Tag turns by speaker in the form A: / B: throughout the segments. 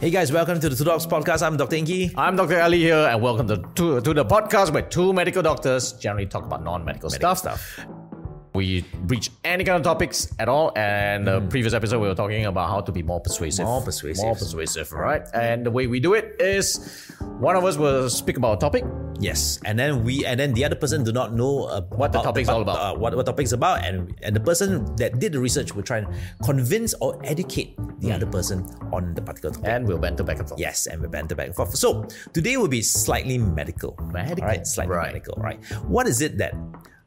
A: Hey guys, welcome to the Two Dogs Podcast. I'm Dr. Inky.
B: I'm Dr. Ali here, and welcome to, to, to the podcast where two medical doctors generally talk about non medical stuff.
A: stuff.
B: We reach any kind of topics at all. And the previous episode, we were talking about how to be more persuasive.
A: Hmm. More persuasive.
B: More persuasive, right? And the way we do it is one of us will speak about a topic.
A: Yes, and then we and then the other person do not know uh, what
B: the topic's all about.
A: Uh, what what topic's about, and and the person that did the research will try and convince or educate the
B: Hmm.
A: other person on the particular topic.
B: And we'll banter back and forth.
A: Yes, and we banter back and forth. So today will be slightly medical.
B: Medical.
A: Right, slightly
B: Right.
A: medical. Right. What is it that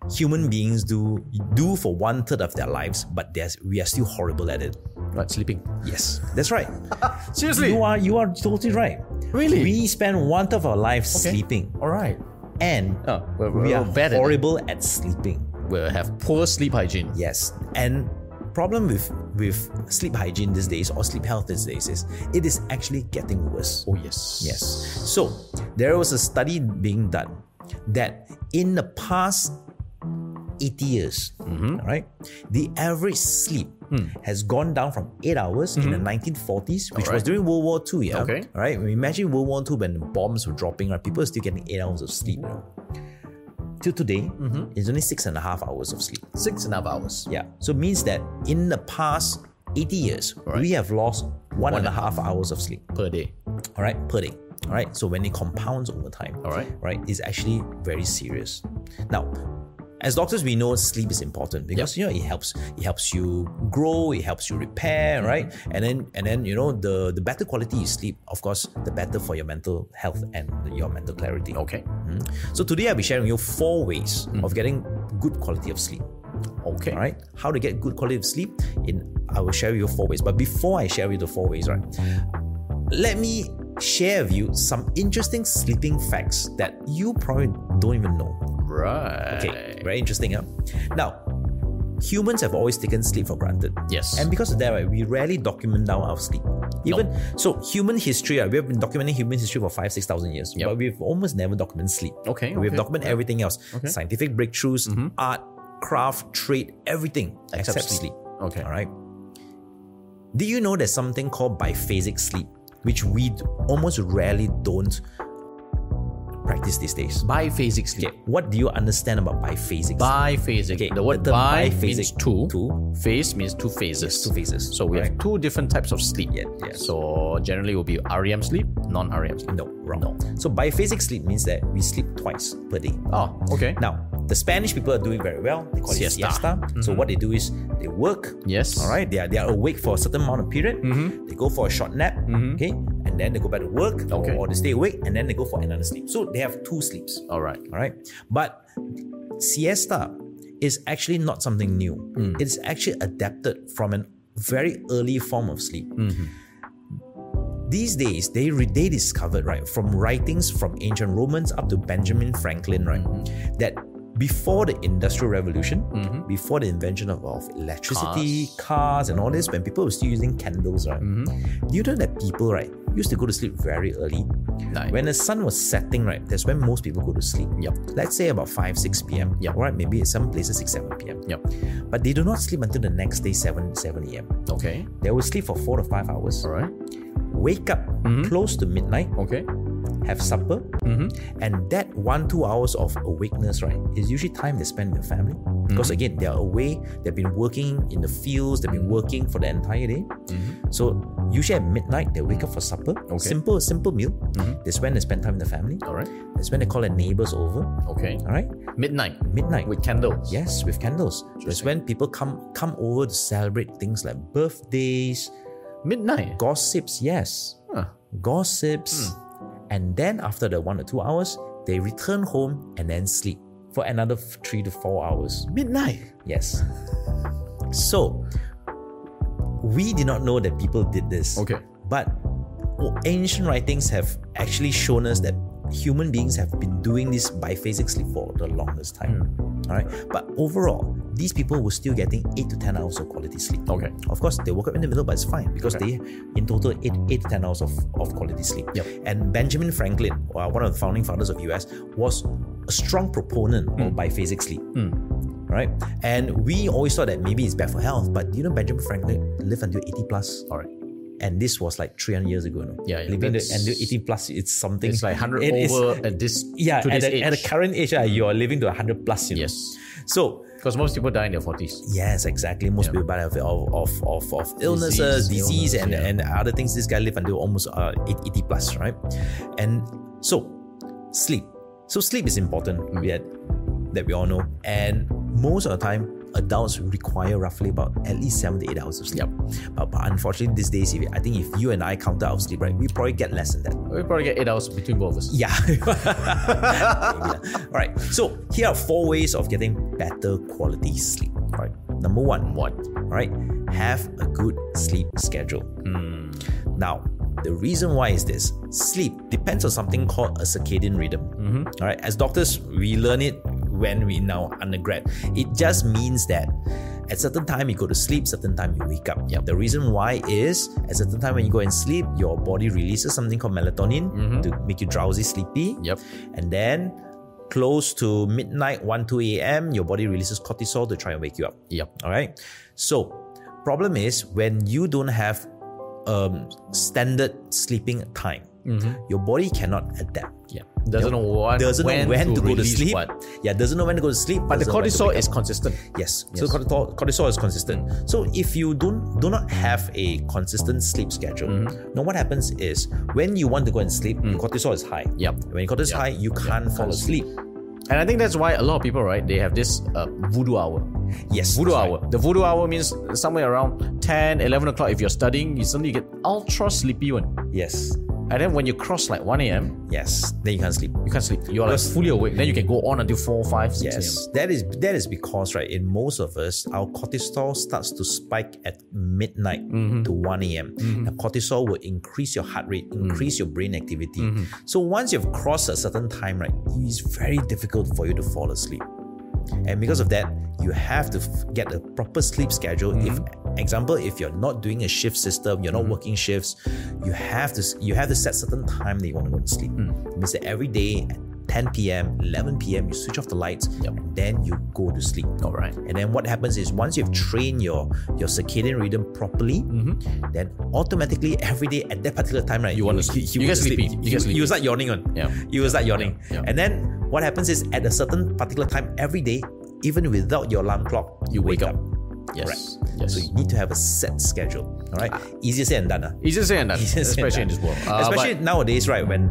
A: human beings do do for one third of their lives, but there's, we are still horrible at it?
B: Right, sleeping.
A: Yes, that's right.
B: Seriously?
A: you are you are totally right.
B: Really?
A: We spend one third of our lives
B: Okay.
A: sleeping,
B: All right.
A: and
B: Oh, we're,
A: we
B: we're
A: are
B: bad at it.
A: horrible at sleeping.
B: We'll have poor sleep hygiene.
A: Yes, and problem with with sleep hygiene these days or sleep health these days is it is actually getting worse.
B: Oh, yes.
A: Yes. So there was a study being done that in the past 80 years, right, the average sleep has gone down from eight hours in the 1940s, which was
B: Alright.
A: during World War II. Yeah.
B: Okay.
A: All right. Imagine World War II when the bombs were dropping, right? People were still getting eight hours of sleep. you know. Till today, it's only six and a half hours of sleep.
B: Six and a half hours.
A: Yeah. So it means that in the past 80 years, we have lost one and a half hours of sleep
B: Per day.
A: all right, per day. All right, so when it compounds over time,
B: All right.
A: right, it's actually very serious. Now, as doctors, we know sleep is important because you know it helps. It helps you grow. It helps you repair, right? And then, and then you know the the better quality you sleep, of course, the better for your mental health and your mental clarity. Hmm?
B: Okay.
A: So today I'll be sharing you four ways of getting good quality of sleep.
B: Okay.
A: All right, how to get good quality of sleep? In I will share you four ways. But before I share you the four ways, right? Let me share with you some interesting sleeping facts that you probably don't even know.
B: Right.
A: Okay, very interesting, huh? Now, humans have always taken sleep for granted.
B: Yes.
A: And because of that, right, we rarely document down our sleep. Even so, human history, right, we have been documenting human history for five, six thousand years,
B: Yep.
A: but we've almost never documented sleep.
B: Okay,
A: We've
B: okay. Mm-hmm.
A: documented everything else scientific breakthroughs, art, craft, trade, everything except,
B: Except
A: sleep.
B: sleep. Okay.
A: All right. Do you know there's something called biphasic sleep, which we d- almost rarely don't practice these days?
B: Biphasic sleep.
A: Okay, what do you understand about biphasic? sleep?
B: Biphasic.
A: Okay,
B: the word
A: the term
B: bi
A: biphasic,
B: means two.
A: two.
B: Phase means two phases.
A: two phases,
B: So we
A: right.
B: have two different types of sleep.
A: Yeah, yeah.
B: So generally will be REM sleep, non-REM sleep.
A: No, wrong. So biphasic sleep means that we sleep twice per day.
B: Oh, okay.
A: Now, the Spanish people are doing very well. They call
B: Siesta. Mm-hmm.
A: it siesta. So what they do is they work.
B: Yes. Mm-hmm.
A: All right. They are, they are awake for a certain amount of period. They go for a short nap. Okay. And then they go back to work. or-
B: Okay.
A: Or, they stay awake and then they go for another sleep. So they have two sleeps.
B: All right.
A: All right. But siesta is actually not something new. It's actually adapted from a very early form of sleep. These days, they, re- they discovered, right, from writings from ancient Romans up to Benjamin Franklin, right, that before the Industrial Revolution, before the invention of, of electricity, cars. and all this, when people were still using candles, right, do you know that people, right, used to go to sleep very early?
B: Nice.
A: When the sun was setting, right, that's when most people go to sleep.
B: Yep.
A: Let's say about 5, 6 p.m.
B: Yep.
A: All right, maybe at some places 6, 7 p.m.
B: Yep.
A: But they do not sleep until the next day, 7, 7 a.m.
B: Okay.
A: They will sleep for 4 to 5 hours,
B: All right.
A: wake up close to midnight,
B: Okay.
A: have supper,
B: Mm-hmm.
A: and that 1, 2 hours of awakeness, right, is usually time they spend with their family. Because again, they are away, they've been working in the fields, they've been working for the entire day. So usually at midnight, they wake up for supper,
B: Okay.
A: simple, simple meal. That's when they spend time with the family.
B: All right.
A: That's when they call their neighbors over.
B: Okay.
A: All right,
B: Midnight
A: midnight.
B: with candles.
A: yes, with candles. That's when people come come over to celebrate things like birthdays,
B: Midnight.
A: gossips. Yes,
B: Huh.
A: gossips, and then after the one or two hours, they return home and then sleep for another f- three to four hours.
B: Midnight.
A: Yes. So we did not know that people did this.
B: Okay.
A: But ancient writings have actually shown us that human beings have been doing this biphasic sleep for the longest time.
B: Hmm.
A: All right. But overall, these people were still getting eight to ten hours of quality sleep.
B: Okay.
A: Of course, they woke up in the middle, but it's fine because
B: Oh. Okay.
A: they, in total, eight, eight to ten hours of, of quality sleep.
B: Yep.
A: And Benjamin Franklin, uh, one of the founding fathers of US, was a strong proponent of
B: Hmm.
A: biphasic sleep. Right? And we always thought that maybe it's bad for health, but you know, Benjamin Franklin lived until 80 plus
B: All right.
A: And this was like 300 years ago. No?
B: Yeah, yeah,
A: Living the,
B: that's-
A: and the 18 plus, it's something.
B: It's like 100
A: it is-
B: over at this
A: yeah, at
B: today's
A: the, at the
B: age. Mm.
A: current age, ah, you are living to 100 plus. You know?
B: yes.
A: So
B: Because most people die in their 40s.
A: Yes, exactly. Most people die of, of, of, of, of illnesses,
B: Disease,
A: disease,
B: illness,
A: and,
B: yeah.
A: and other things. This guy lived until almost uh, 80 plus, right? And so, sleep. So, sleep is important, yeah, that we all know. And most of the time, adults require roughly about at least seven to eight hours of sleep. But, but unfortunately, these days, if, I think if you and I count our sleep, right, we probably get less than that.
B: We probably get 8 hours between both of us.
A: Yeah. All right. So here are four ways of getting better quality sleep. All right. Number one, what? All right. Have a good sleep schedule. Now, the reason why is this sleep depends on something called a circadian rhythm. All right. As doctors, we learn it when we in our undergrad. It just means that at certain time you go to sleep, certain time you wake up. Yeah. The reason why is at certain time when you go and sleep, your body releases something called melatonin to make you drowsy, sleepy.
B: Yep.
A: And then close to midnight, 1, 2 a.m., your body releases cortisol to try and wake you up.
B: Yep.
A: All right. So, problem is when you don't have um, standard sleeping time, your body cannot adapt.
B: Yeah. Doesn't know what,
A: Doesn't know Mm-hmm. when to, go to
B: release
A: sleep.
B: What.
A: Yeah, doesn't know when to go to sleep.
B: But the
A: doesn't know when to
B: cortisol
A: wake
B: is
A: up.
B: consistent.
A: Yes.
B: Yes.
A: So cortisol, cortisol is consistent. So if you don't do not have a consistent sleep schedule, now what happens is when you want to go and sleep, your cortisol is high.
B: Yep.
A: When your cortisol is
B: Yep.
A: high, you can't fall asleep.
B: And I think that's why a lot of people, right, they have this uh, voodoo hour.
A: Yes.
B: Voodoo
A: that's
B: hour. The voodoo hour means somewhere around 10, 11 o'clock if you're studying, you suddenly get ultra sleepy one.
A: right. Yes.
B: And then when you cross like 1 a.m.,
A: Yes. Then you can't sleep.
B: you can't sleep. You're like fully awake. Then you can go on until 4, 5, 6 a.m.
A: Yes, that is that is because right in most of us, our cortisol starts to spike at midnight to one a.m. Now, cortisol will increase your heart rate, increase your brain activity. So once you've crossed a certain time, right, it's very difficult for you to fall asleep, and because of that, you have to f- get a proper sleep schedule.
B: Mm-hmm.
A: If example, if you're not doing a shift system, you're not working shifts, you have to s- you have to set certain time that you want to go to sleep.
B: Mm.
A: It means that every day. at 10 p.m., 11 p.m., you switch off the lights,
B: Yep.
A: and then you go to sleep.
B: All right.
A: And then what happens is once you've trained your your circadian rhythm properly,
B: Mm-hmm.
A: then automatically every day at that particular time, right?
B: Mm. You wanna sleep. You
A: will
B: get sleepy. You
A: You,
B: get
A: you will start yawning on.
B: Yeah.
A: You will start yawning.
B: Yeah.
A: And then what happens is at a certain particular time every day, even without your alarm clock,
B: You wake up. Yes.
A: Correct.
B: Yes.
A: So you need to have a set schedule. All right. Easier said than done. ah.
B: Easier said than done,
A: Easier said
B: especially in
A: than done.
B: this world. Uh,
A: especially nowadays, right? When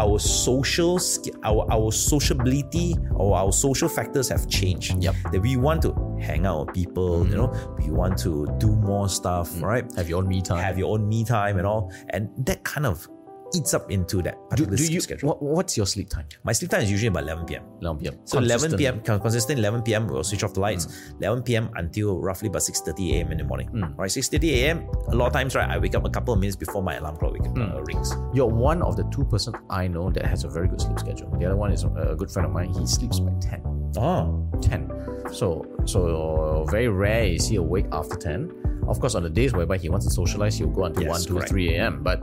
A: our social, sk- our our sociability or our social factors have changed.
B: Yep.
A: That we want to hang out with people. You know, we want to do more stuff. Right.
B: but Mm. have your own me time.
A: Have your own me time and all, and that kind of eats up into that
B: do,
A: particular
B: do
A: sleep
B: you,
A: schedule.
B: what, what's your sleep time?
A: My sleep time is usually about 11 p.m.
B: 11 p.m.
A: So 11 p.m. con- consistent 11 p.m. We'll switch off the lights. 11 p.m. until roughly about 6:30 a.m. in the morning. Right, 6:30 a.m. A lot of times, right, I wake up a couple of minutes before my alarm clock wake, uh, rings.
B: You're one of the two person I know that has a very good sleep schedule. The other one is a good friend of mine. He sleeps by 10.
A: Oh,
B: 10. So, so very rare is he awake after 10. Of course, on the days whereby he wants to socialize, he'll go until
A: Yes,
B: 1, 2,
A: correct.
B: 3 a.m. But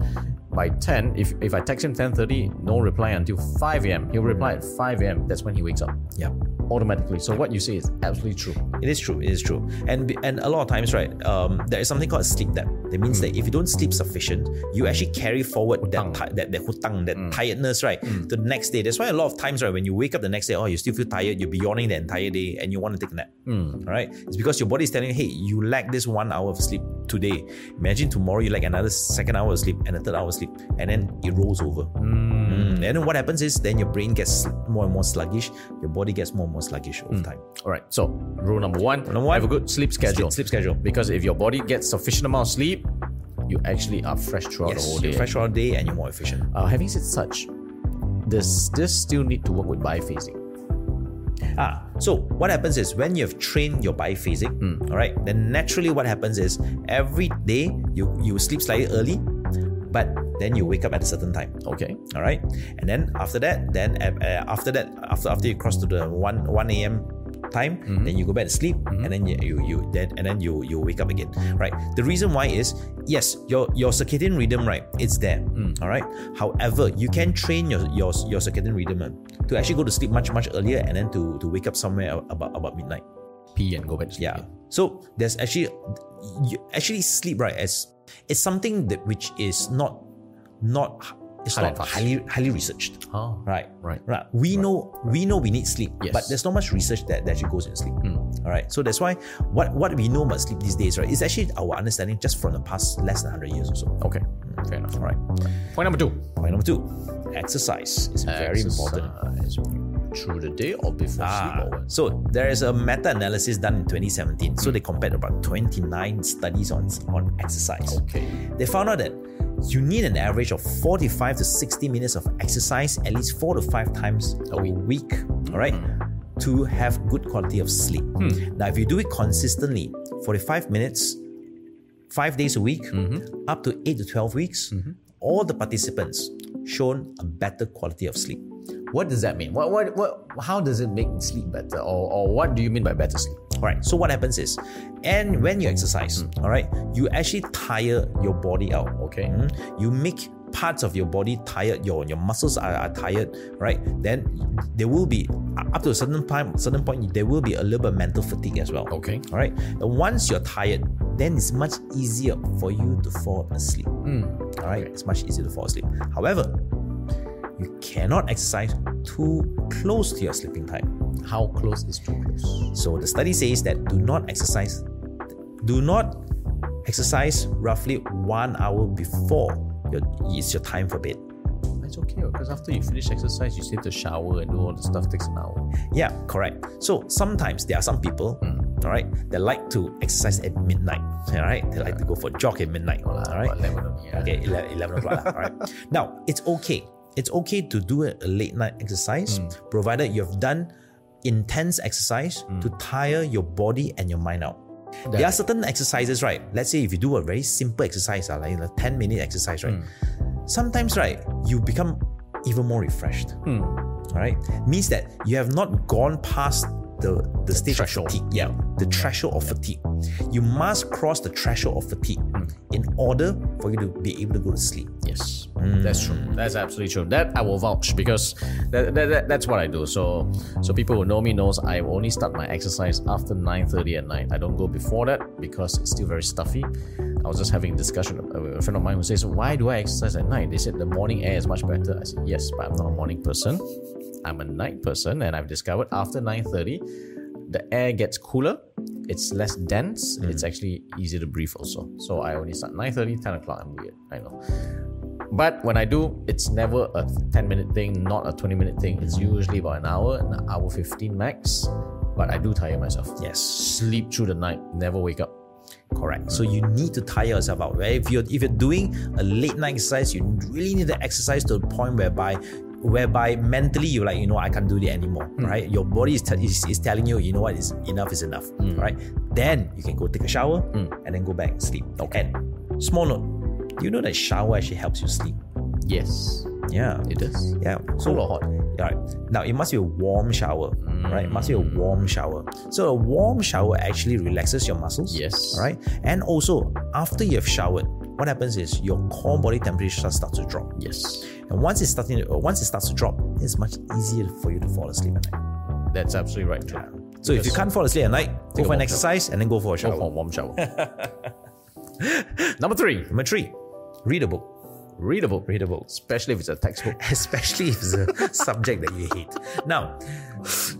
B: by 10, if, if I text him 10.30, no reply until 5 a.m. He'll reply at 5 a.m. That's when he wakes up
A: yeah.
B: automatically. So what you say is absolutely true.
A: It is true. It is true. And be- and a lot of times, right, um, there is something called a sleep debt. That means that if you don't sleep sufficient, you actually carry forward that, ti- that that hutang, that tiredness, right, to the next day. That's why a lot of times, right, when you wake up the next day, oh, you still feel tired, you'll be yawning the entire day, and you want to take a nap. All right, it's because your body is telling you, hey, you lack this one hour of sleep today. Imagine tomorrow you lack another second hour of sleep and a third hour of sleep, and then it rolls over. Mm. And then what happens is then your brain gets more and more sluggish, your body gets more and more sluggish over time.
B: All right. So rule number one,
A: number one,
B: have a good sleep schedule.
A: Sleep schedule.
B: Because if your body gets sufficient amount of sleep, you actually are fresh throughout the whole
A: Yes,
B: day.
A: you're fresh all day and you're more efficient.
B: Uh, having said such, this this still need to work with biphasing.
A: Ah, so what happens is when you've trained your biphasic,
B: Hmm.
A: all right, then naturally what happens is every day you you sleep slightly early, but then you wake up at a certain time.
B: Okay.
A: All right, and then after that, then uh, uh, after that, after after you cross to the one one a.m. time, then you go back to sleep, and then you you, you then and then you you wake up again. Right. The reason why is yes, your your circadian rhythm, right, it's there. All right. However, you can train your your your circadian rhythm uh, to actually go to sleep much much earlier, and then to to wake up somewhere about about midnight.
B: Pee and go back to sleep.
A: Yeah. So there's actually you actually sleep right as it's something that which is not not it's
B: Hard and
A: not
B: fast.
A: highly highly researched.
B: Oh,
A: Right.
B: Right.
A: Right. Hmm. We know we know we need sleep,
B: Yes.
A: but there's not much research that, that actually goes in sleep. All right. So that's why what, what we know about sleep these days, right, is actually our understanding just from the past less than 100 years or so.
B: Okay. Fair enough.
A: All right.
B: Point number two.
A: Point number two, exercise is very important.
B: important. Through the day or before
A: Ah,
B: sleep or what?
A: so there is a meta-analysis done in 2017. So they compared about 29 studies on on exercise.
B: Okay.
A: They found out that you need an average of 45 to 60 minutes of exercise at least four to five times a
B: week.
A: week. All right. To have good quality of sleep. Now, if you do it consistently, 45 minutes, five days a week, up to eight to 12 weeks, all the participants shown a better quality of sleep.
B: What does that mean? What, what, what, how does it make sleep better? Or, or what do you mean by better sleep?
A: All right. So what happens is, and when you exercise, all right, you actually tire your body out.
B: Okay.
A: Mm? You make parts of your body tired. Your your muscles are, are tired, right? Then there will be up to a certain time, certain point, there will be a little bit of mental fatigue as well.
B: Okay.
A: All right. And once you're tired, then it's much easier for you to fall asleep. All right. It's much easier to fall asleep. However, you cannot exercise too close to your sleeping time.
B: How close is too close?
A: So the study says that do not exercise, do not exercise roughly one hour before your, it's your time for bed.
B: It's okay because after you finish exercise, you still have to shower and do all the stuff takes an hour.
A: Yeah, correct. So sometimes there are some people, all right, that like to exercise at midnight. All right, they like to go for a jog at midnight. All right,
B: About 11 only, yeah.
A: okay, 11, 11 o'clock. lah, all right. Now it's okay. It's okay to do a a late night exercise, provided you have done intense exercise to tire your body and your mind out. There are certain exercises, right? Let's say if you do a very simple exercise, ah, like a 10 minute exercise, right? Sometimes, right, you become even more refreshed. All right? Means that you have not gone past the, the, stage
B: threshold.
A: of fatigue. Yeah, the threshold of fatigue. You must cross the threshold of fatigue in order for you to be able to go to sleep.
B: Yes, that's true. That's absolutely true. That I will vouch because that, that, that, that's what I do. So so people who know me knows I only start my exercise after 9.30 at night. I don't go before that because it's still very stuffy. I was just having a discussion with a friend of mine who says, why do I exercise at night? They said the morning air is much better. I said, yes, but I'm not a morning person. I'm a night person and I've discovered after 9.30, the air gets cooler. It's less dense.
A: Mm.
B: It's actually easier to breathe also. So I only start 9.30, 10 o'clock. I'm weird. I know. But when I do, it's never a 10 minute thing, not a 20 minute thing. It's
A: Mm.
B: usually about an hour, an hour 15 max. But I do tire myself.
A: Yes.
B: Sleep through the night, never wake up.
A: Correct. So you need to tire yourself out, right? If you're if you're doing a late night exercise, you really need to exercise to the point whereby whereby mentally you're like, you know, I can't do it anymore,
B: Hmm.
A: right? Your body is, te- is, is telling you, you know what, is enough is enough,
B: Hmm.
A: right? Then you can go take a shower and then go back and sleep. Okay. And small note, do you know that shower actually helps you sleep?
B: Yes,
A: Yeah.
B: it does.
A: Yeah.
B: Cool or hot?
A: Right. Now it must be a warm shower, right? It must be a
B: Hmm.
A: warm shower. So a warm shower actually relaxes your muscles.
B: Yes.
A: All right. And also after you have showered, what happens is your core body temperature starts to drop.
B: Yes.
A: And once it's starting, to, uh, once it starts to drop, it's much easier for you to fall asleep at night.
B: That's absolutely right. True.
A: So if you can't fall asleep at night, go
B: a
A: for an
B: warm
A: exercise and then go for a
B: Go
A: shower.
B: for a warm shower. Number three,
A: Number three, read a book.
B: read a book.
A: Read a book.
B: Especially if it's a textbook.
A: especially if it's a subject that you hate. Now,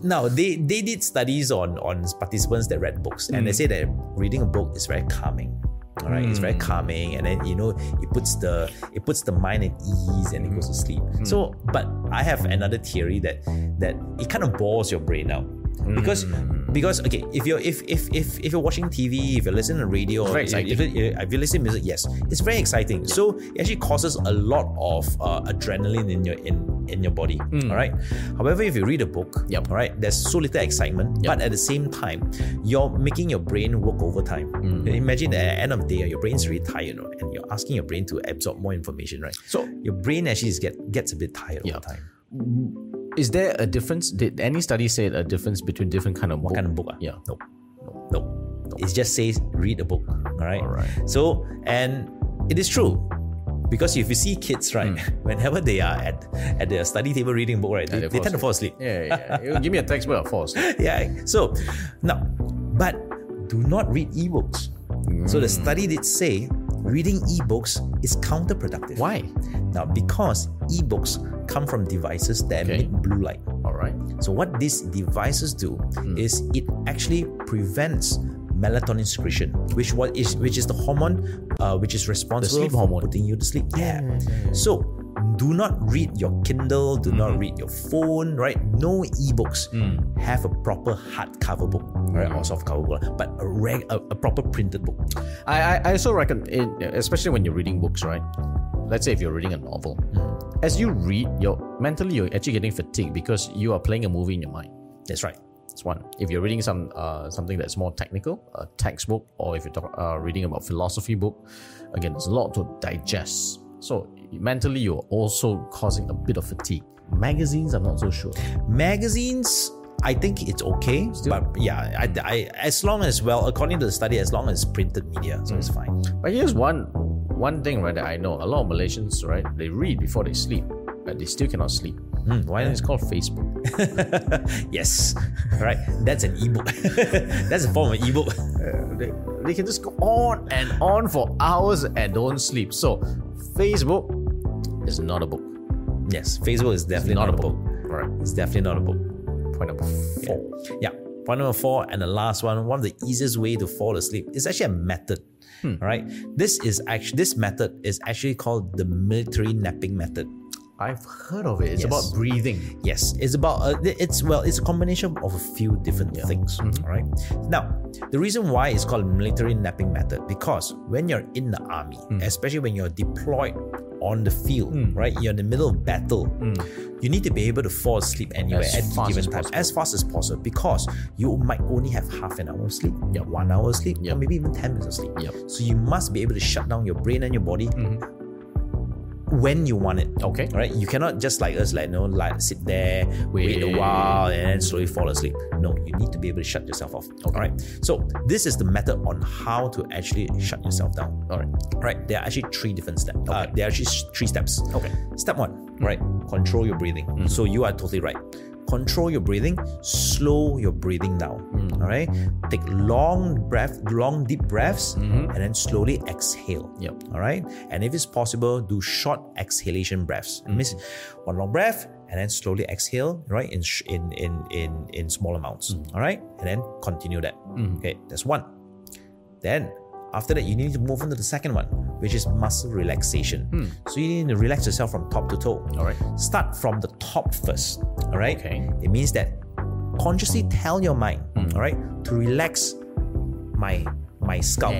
A: now they, they did studies on on participants that read books, and they say that reading a book is very calming. All right, it's very calming, and then you know it puts the it puts the mind at ease, and it goes to sleep. So, but I have another theory that that it kind of bores your brain out because because okay, if you're if if if if you're watching TV, if you're listening to radio, or
B: Very
A: if, if, you- if you listen to music, yes, it's very exciting. So it actually causes a lot of uh, adrenaline in your in in your body. All right. However, if you read a book,
B: Yup.
A: all right, there's so little excitement, but at the same time, you're making your brain work overtime. Imagine that at the end of the day, your brain's really tired, you know, and you're asking your brain to absorb more information, right?
B: So-
A: your brain actually is get gets a bit tired
B: Yeah.
A: over time.
B: Is there a difference? Did any study say a difference between different kind of book?
A: kind of book? ah?
B: Yeah.
A: No. No. It just says read a book. All right.
B: Alright.
A: So and it is true. Because if you see kids, right,
B: Hmm.
A: whenever they are at at their study table reading a book, right, they,
B: they
A: they
B: fall
A: tend to fall asleep.
B: Yeah, yeah, yeah. Give me a textbook, of course.
A: yeah. So
B: Hmm.
A: now, but do not read ebooks. So the study did say reading ebooks is counterproductive.
B: Why?
A: Now, because ebooks come from devices that
B: Okay.
A: emit blue light.
B: All right.
A: So, what these devices do
B: Hmm.
A: is it actually prevents melatonin secretion, which what is which is the hormone uh, which is responsible
B: sleep
A: for
B: hormone. Mm,
A: putting you to sleep. Yeah. So do not read your Kindle, do not
B: Mm-hmm.
A: read your phone, right? No ebooks.
B: Mm.
A: Have a proper hardcover book, right? Or softcover book, but a, reg- a, a proper printed book.
B: I, I, I also reckon, it, especially when you're reading books, right? Let's say if you're reading a novel, as you read, you're mentally you're actually getting fatigued because you are playing a movie in your mind.
A: That's right.
B: That's one. If you're reading some uh, something that's more technical, a textbook, or if you're talk, uh, reading about philosophy book, again, there's a lot to digest. So mentally, you're also causing a bit of fatigue. Magazines, I'm not so sure.
A: Magazines, I think it's okay, but yeah, I, I, as long as well, according to the study, as long as printed media, so it's fine.
B: But here's one one thing right that I know. A lot of Malaysians, right, they read before they sleep, but they still cannot sleep.
A: Hmm, why
B: And
A: not?
B: it's called Facebook.
A: Yes, right. That's an ebook. That's a form of ebook.
B: Uh, They, they can just go on and on for hours and don't sleep. So Facebook is not a book.
A: Yes, Facebook is definitely
B: Not,
A: not,
B: a book. Right.
A: It's definitely not a book.
B: Point number four.
A: Yeah. Point number four and the last one, one of the easiest way to fall asleep is actually a method. All right. This is actually this method is actually called the military napping method.
B: I've heard of it. It's
A: Yes.
B: about breathing.
A: Yes, it's about uh, it's well, it's a combination of a few different things.
B: Mm-hmm.
A: all right. Now, the reason why it's called military napping method because when you're in the army,
B: Mm.
A: especially when you're deployed on the field, right, you're in the middle of battle, you need to be able to fall asleep anywhere
B: Mm. As
A: at any
B: fast
A: given
B: as
A: time
B: possible.
A: as fast as possible because you might only have half an hour of sleep, one hour of sleep,
B: Yep.
A: or maybe even ten minutes of sleep.
B: Yep.
A: So you must be able to shut down your brain and your body
B: Mm-hmm.
A: when you want it.
B: Okay.
A: Right? You cannot just like us, like, no, like sit there, wait, a
B: Wait.
A: while, and then slowly fall asleep. No, you need to be able to shut yourself off. All right. So, this is the method on how to actually shut yourself down.
B: All right.
A: Right? There are actually three different steps. Uh,
B: Okay. Mm.
A: there are actually s- three steps.
B: Okay.
A: Step one, right? Control your breathing.
B: Mm.
A: So, you are totally right. Control your breathing, slow your breathing down.
B: Mm.
A: All right. Take long breath, long deep breaths, and
B: Mm-hmm.
A: then slowly exhale.
B: Yep.
A: All right. And if it's possible, do short exhalation breaths.
B: Mm.
A: Miss one long breath and then slowly exhale, right? In sh- in in in in small amounts.
B: Mm.
A: All right. And then continue that. Okay. That's one. Then after that, you need to move on to the second one, which is muscle relaxation. So you need to relax yourself from top to toe.
B: Hmm. All right.
A: Start from the top first. All right.
B: Okay. Hmm.
A: It means that consciously tell your mind, all right, to relax my my scalp,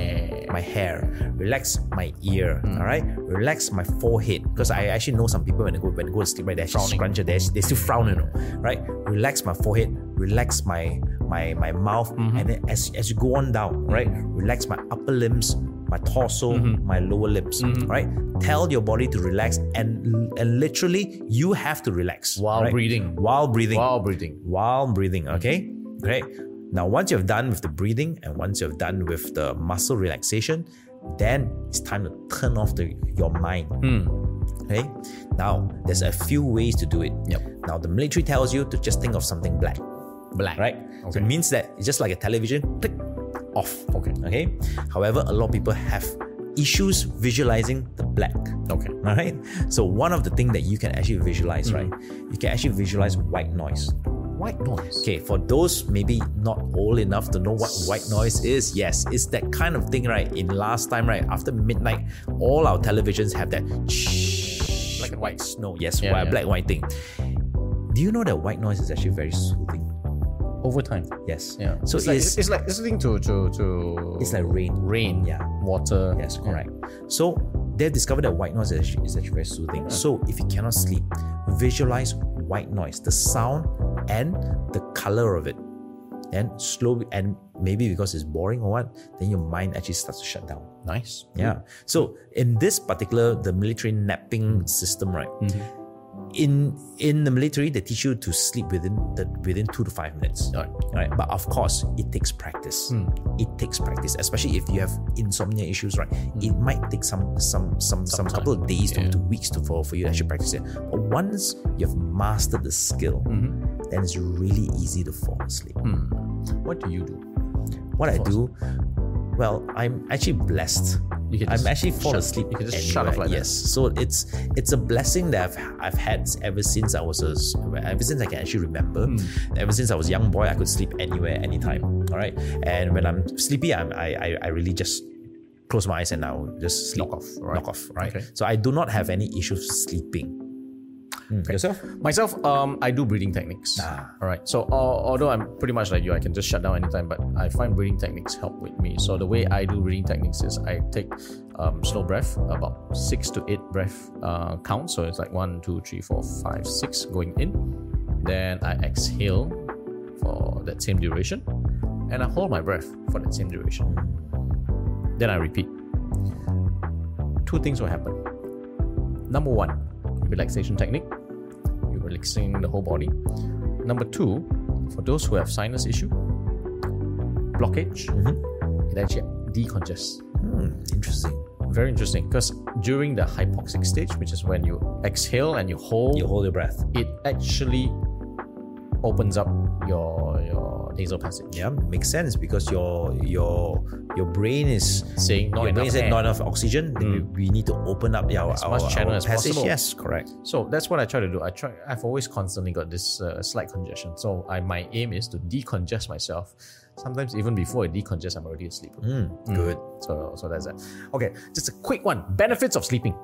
A: my hair, relax my ear,
B: Hmm.
A: all right, relax my forehead. Because I actually know some people when they go when they go to sleep, right, they actually scrunch it, they, they still
B: Hmm.
A: frown, you know, right? Relax my forehead, relax my my my mouth,
B: Mm-hmm.
A: and then as as you go on down, right, relax my upper limbs. My torso,
B: Mm-hmm.
A: my lower limbs, right? Tell your body to relax, and and literally you have to relax
B: While
A: right?
B: breathing.
A: While breathing
B: While breathing.
A: while breathing. Okay, great. Now, once you've done with the breathing and once you've done with the muscle relaxation, then it's time to turn off the, your mind. Okay. Now, there's a few ways to do it.
B: Yep.
A: Now, the military tells you to just think of something black,
B: Black.
A: right? So
B: Okay.
A: it means that it's just like a television, click off.
B: Okay.
A: Okay. However, a lot of people have issues visualizing the black.
B: Okay.
A: All right. So one of the things that you can actually visualize, right? You can actually visualize white noise.
B: White noise.
A: Okay, for those maybe not old enough to know what white noise is, yes, it's that kind of thing, right? In last time, right after midnight, all our televisions have that
B: Black and white.
A: snow. Yes,
B: Yeah,
A: white,
B: yeah.
A: black white thing. Do you know that white noise is actually very soothing?
B: Over time.
A: Yes.
B: Yeah.
A: So it's
B: it's like it's, like it's linked to to to.
A: It's like rain.
B: Rain.
A: Yeah.
B: Water.
A: Yes, correct. So they've discovered that white noise is actually, is actually very soothing. So if you cannot sleep, visualize white noise, the sound and the color of it. Then slowly, and maybe because it's boring or what, then your mind actually starts to shut down.
B: Nice.
A: Yeah. So in this particular, the military napping system, right?
B: Mm-hmm.
A: In in the military, they teach you to sleep within the within two to five minutes.
B: All right.
A: Right. Hmm. But of course, it takes practice. It takes practice, especially if you have insomnia issues, right? It might take some some some Hmm. some, couple of days to, to weeks to for, for you to actually practice it. But once you've mastered the skill,
B: Mm-hmm.
A: then it's really easy to fall asleep.
B: Hmm. What do you do?
A: What I do, well, I'm actually blessed
B: You can
A: I'm
B: just
A: actually fall
B: shut-
A: asleep.
B: you can just shut off
A: anywhere.
B: like that.
A: yes. So it's it's a blessing that I've, I've had ever since I was a s- ever since I can actually remember.
B: Hmm.
A: Ever since I was a young boy, I could sleep anywhere, anytime. All right. And when I'm sleepy, I'm, I, I I really just close my eyes and I'll just sleep.
B: Knock off, right?
A: Knock off. Right.
B: Okay.
A: So I do not have any issues sleeping. Mm, Yourself?
B: Myself, um, I do breathing techniques.
A: Ah.
B: All right. So, al- although I'm pretty much like you, I can just shut down anytime. But I find breathing techniques help with me. So the way I do breathing techniques is I take um, slow breath, about six to eight breath uh, count. So it's like one, two, three, four, five, six going in. Then I exhale for that same duration, and I hold my breath for that same duration. Then I repeat. Two things will happen. Number one, relaxation technique you're relaxing the whole body. Number two, for those who have sinus issue, blockage,
A: Mm-hmm.
B: it actually decongests.
A: Hmm, Interesting.
B: Very interesting because during the hypoxic stage, which is when you exhale and you hold,
A: You hold your breath.
B: it actually opens up your your nasal passage,
A: Yeah, makes sense because your your your brain is
B: saying not
A: your
B: enough
A: brain said
B: air.
A: not enough oxygen. then We, we need to open up the, our, our,
B: much channel
A: our
B: as
A: passage.
B: possible.
A: Yes, correct.
B: So that's what I try to do. I try. I've always constantly got this uh, slight congestion. So I, my aim is to decongest myself. Sometimes even before I decongest, I'm already asleep.
A: Good.
B: So, so that's that. Okay, just a quick one. Benefits of sleeping,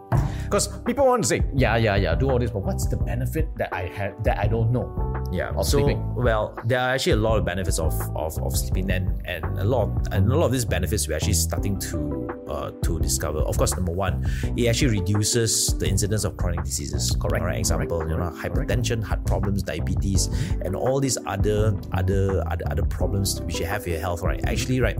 B: because people want to say, yeah, yeah, yeah, do all this, but what's the benefit that I had that I don't know?
A: Yeah.
B: Of
A: so
B: sleeping.
A: well, there are actually a lot of benefits of of, of sleeping, and and a lot and a lot of these benefits we're actually starting to uh, to discover. Of course, number one, it actually reduces the incidence of chronic diseases. Correct. Right. Example, you know, hypertension, heart problems, diabetes, and all these other other other, other problems which you have in your health. Right. Actually, right.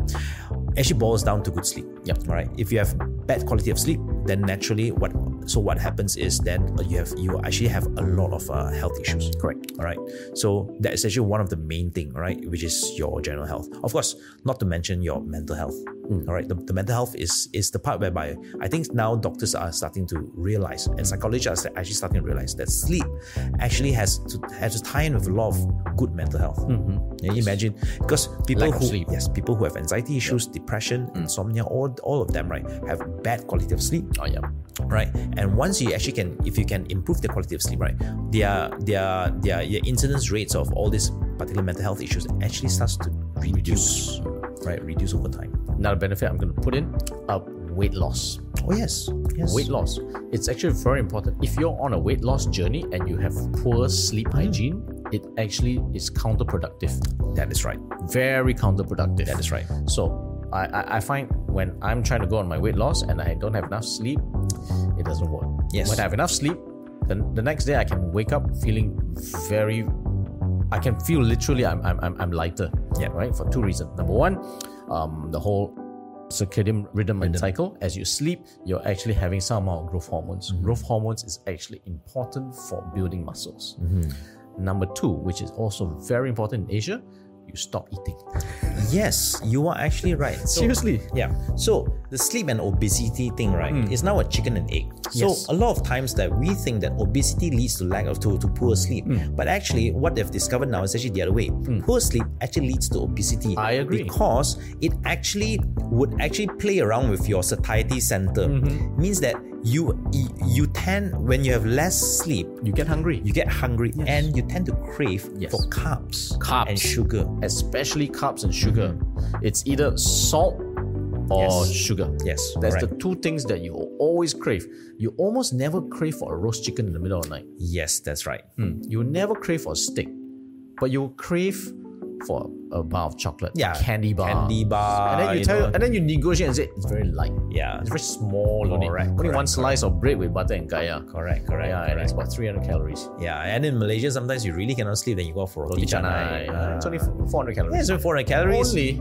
A: Actually, boils down to good sleep.
B: Yep.
A: Right. If you have bad quality of sleep, then naturally, what so what happens is then you have you actually have a lot of uh, health issues.
B: Correct.
A: All right. So that is actually one of the main thing, all right, which is your general health. Of course, not to mention your mental health.
B: Hmm.
A: All right. The, the mental health is is the part whereby I think now doctors are starting to realize and psychologists are actually starting to realize that sleep actually has to has to tie in with a lot of good mental health. Can you imagine? Because people
B: Mm-hmm. Lack of
A: who
B: sleep.
A: yes, people who have anxiety issues, depression, insomnia, all all of them, right, have bad quality of sleep
B: Oh yeah.
A: right? And once you actually can, if you can improve the quality of sleep, right, their their their, their incidence rates of all these particular mental health issues actually starts to reduce, right? Reduce over time.
B: Another benefit I'm going to put in, uh, weight loss.
A: Oh yes, yes.
B: Weight loss. It's actually very important. If you're on a weight loss journey and you have poor sleep
A: Mm-hmm.
B: hygiene, it actually is counterproductive.
A: That is right.
B: Very counterproductive.
A: That is right.
B: So I, I, I find when I'm trying to go on my weight loss and I don't have enough sleep, it doesn't work.
A: Yes.
B: When I have enough sleep, then the next day I can wake up feeling very I can feel literally I'm I'm, I'm, I'm lighter.
A: Yeah.
B: Right? For two reasons. Number one, um, the whole circadian rhythm and cycle as you sleep you're actually having some amount of growth hormones growth hormones is actually important for building muscles number two which is also very important in asia you stop eating
A: Yes, you are actually right. So-
B: seriously
A: Yeah. So the sleep and obesity thing, right, is now a chicken and egg. So
B: Hmm. Yes.
A: a lot of times that we think that obesity leads to lack of to, to poor sleep.
B: Hmm.
A: But actually what they've discovered now is actually the other way. Poor sleep actually leads to obesity.
B: I agree.
A: Because it actually would actually play around with your satiety center.
B: Mm-hmm.
A: Means that you you tend when you have less sleep,
B: you get hungry
A: you get hungry and you tend to crave
B: Yes.
A: for carbs,
B: Carbs.
A: and sugar.
B: especially carbs and sugar it's either salt or
A: Mm-hmm. Yes.
B: sugar
A: Yes,
B: that's
A: correct.
B: the two things that you always crave you almost never crave for a roast chicken in the middle of the night
A: Yes, that's right.
B: you never crave for a steak but you crave for a bar of chocolate
A: Yeah.
B: candy bar
A: Candy bar.
B: and then you, tell
A: know.
B: and then you negotiate and say it's very light
A: yeah.
B: it's very small only,
A: Correct,
B: only
A: correct,
B: one slice of bread with butter and kaya
A: Correct, correct,
B: yeah and
A: correct.
B: it's about 300 calories
A: Yeah, and in Malaysia, sometimes you really cannot sleep, then you go out for roti canai.
B: Uh, it's only 400 calories
A: Yes, with 400 calories.
B: Only,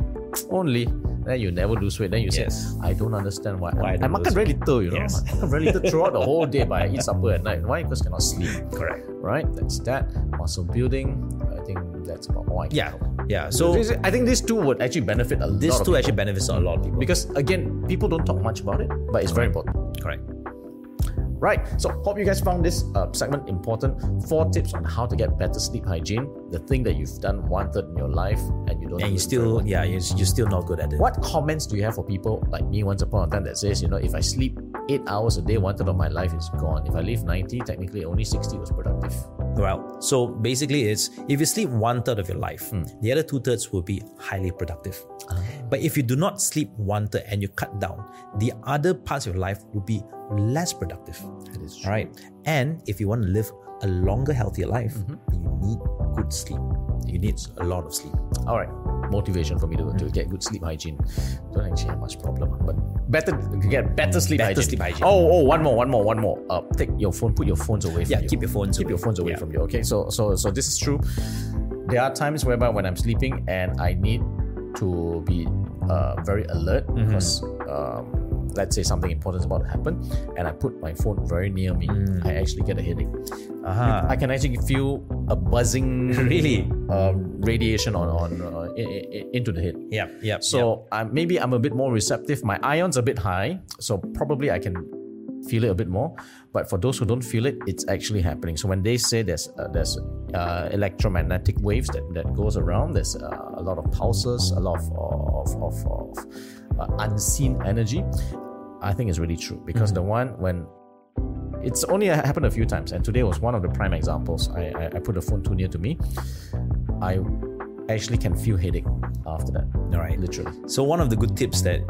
B: only. Then you never lose weight. Then you
A: Yes.
B: say, I don't understand why.
A: Why I
B: I,
A: don't
B: makan
A: lose
B: very little, you know.
A: Yes.
B: I makan very little throughout the whole day, but I eat supper at night. Why? Because cannot sleep.
A: Correct.
B: Right? That's that. Muscle building. I think that's about all I can
A: Yeah,
B: help.
A: yeah.
B: So
A: So
B: this- I think these two would actually benefit a lot.
A: this
B: of
A: too
B: people.
A: actually benefits a lot of people.
B: because again, people don't talk much about it, but it's very important.
A: Correct.
B: Right. So hope you guys found this uh, segment important. Four tips on how to get better sleep hygiene. The thing that you've done one third in your life and you don't. do
A: And you
B: it very
A: still,
B: well.
A: yeah, you're, you're still not good at it.
B: What comments do you have for people like me once upon a time that says, you know, if I sleep eight hours a day, one third of my life is gone. If I live 90, technically only 60 was productive.
A: Well, so basically, it's if you sleep one third of your life,
B: Hmm.
A: the other two thirds will be highly productive.
B: Ah.
A: But if you do not sleep one third and you cut down, the other parts of your life will be less productive.
B: That is
A: All right. And if you want to live a longer, healthier life, you need good sleep. You need a lot of sleep.
B: All right. Motivation for me to,
A: Mm.
B: to get good sleep hygiene. Don't actually have much problem, but better get better sleep
A: Mm, Better
B: hygiene.
A: sleep hygiene.
B: Oh, oh, one more, one more, one more. Uh, take your phone. Put your phones away. From
A: Yeah,
B: you.
A: keep your phones
B: Keep
A: away.
B: your phones away
A: Yeah.
B: from you. Okay. So, so, so this is true. There are times whereby when I'm sleeping and I need to be uh, very alert
A: Mm-hmm.
B: because. Um, Let's say something important is about to happen, and I put my phone very near me.
A: Mm.
B: I actually get a headache.
A: Uh-huh.
B: I can actually feel a buzzing,
A: Really?
B: uh, radiation on, on uh, i- i- i- into the head.
A: Yeah, yeah. yeah.
B: So I'm maybe I'm a bit more receptive. My ions a bit high, so probably I can feel it a bit more. But for those who don't feel it, it's actually happening. So when they say there's uh, there's uh, electromagnetic waves that, that goes around, there's uh, a lot of pulses, a lot of of, of, of uh, unseen energy. I think it's really true because the
A: Mm-hmm.
B: one when it's only happened a few times, and today was one of the prime examples. I, I, I put the phone too near to me. I actually can feel headache after that.
A: All right.
B: Literally.
A: So one of the good tips that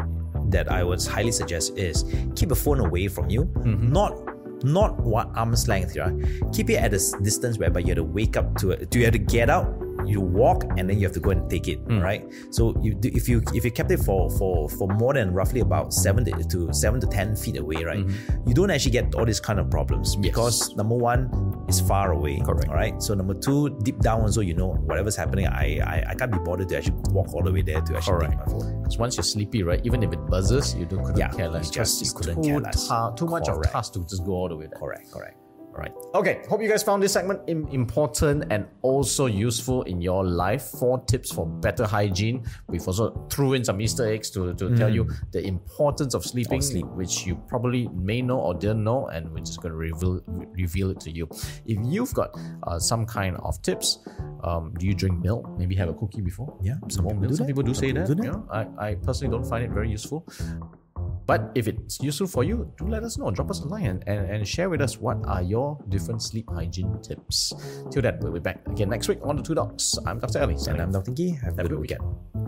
A: that I would highly suggest is keep a phone away from you, not not what arm's length, yeah. Keep it at a s- distance whereby you have to wake up to it. Do you have to get out? You walk and then you have to go and take it, right? So you, do- if you if you kept it for for for more than roughly about seven to, to seven to ten feet away, right? You don't actually get all these kind of problems because number one, it's far away,
B: Correct.
A: All right. So number two, deep down, also you know whatever's happening, I I, I can't be bothered to actually walk all the way there to actually take
B: Correct.
A: my phone.
B: Because once you're sleepy, right, even if it buzzes, you don't couldn't
A: Yeah,
B: care less.
A: you just-
B: It's
A: you couldn't
B: too
A: care less.
B: ta- too much of
A: Correct.
B: task to just go all the way there.
A: Correct, correct.
B: Right. Okay. Hope you guys found this segment im- important and also useful in your life. Four tips for better hygiene. We've also threw in some Easter eggs to, to tell you the importance of sleeping,
A: sleep.
B: which you probably may know or didn't know, and we're just going to reveal reveal it to you. If you've got uh, some kind of tips, um, do you drink milk? Maybe have a cookie before.
A: Yeah, some people
B: Warm milk.
A: do
B: Some
A: that.
B: people do
A: Some
B: say
A: people do
B: that.
A: that.
B: you know. I, I personally don't find it very useful. But if it's useful for you, do let us know. Drop us a line and, and, and share with us what are your different sleep hygiene tips. Till then, we'll be back again next week on The Two Dogs. I'm Dr. Ali.
A: And I'm Dr. Gee. Have a
B: Have a
A: good
B: good
A: weekend.
B: weekend.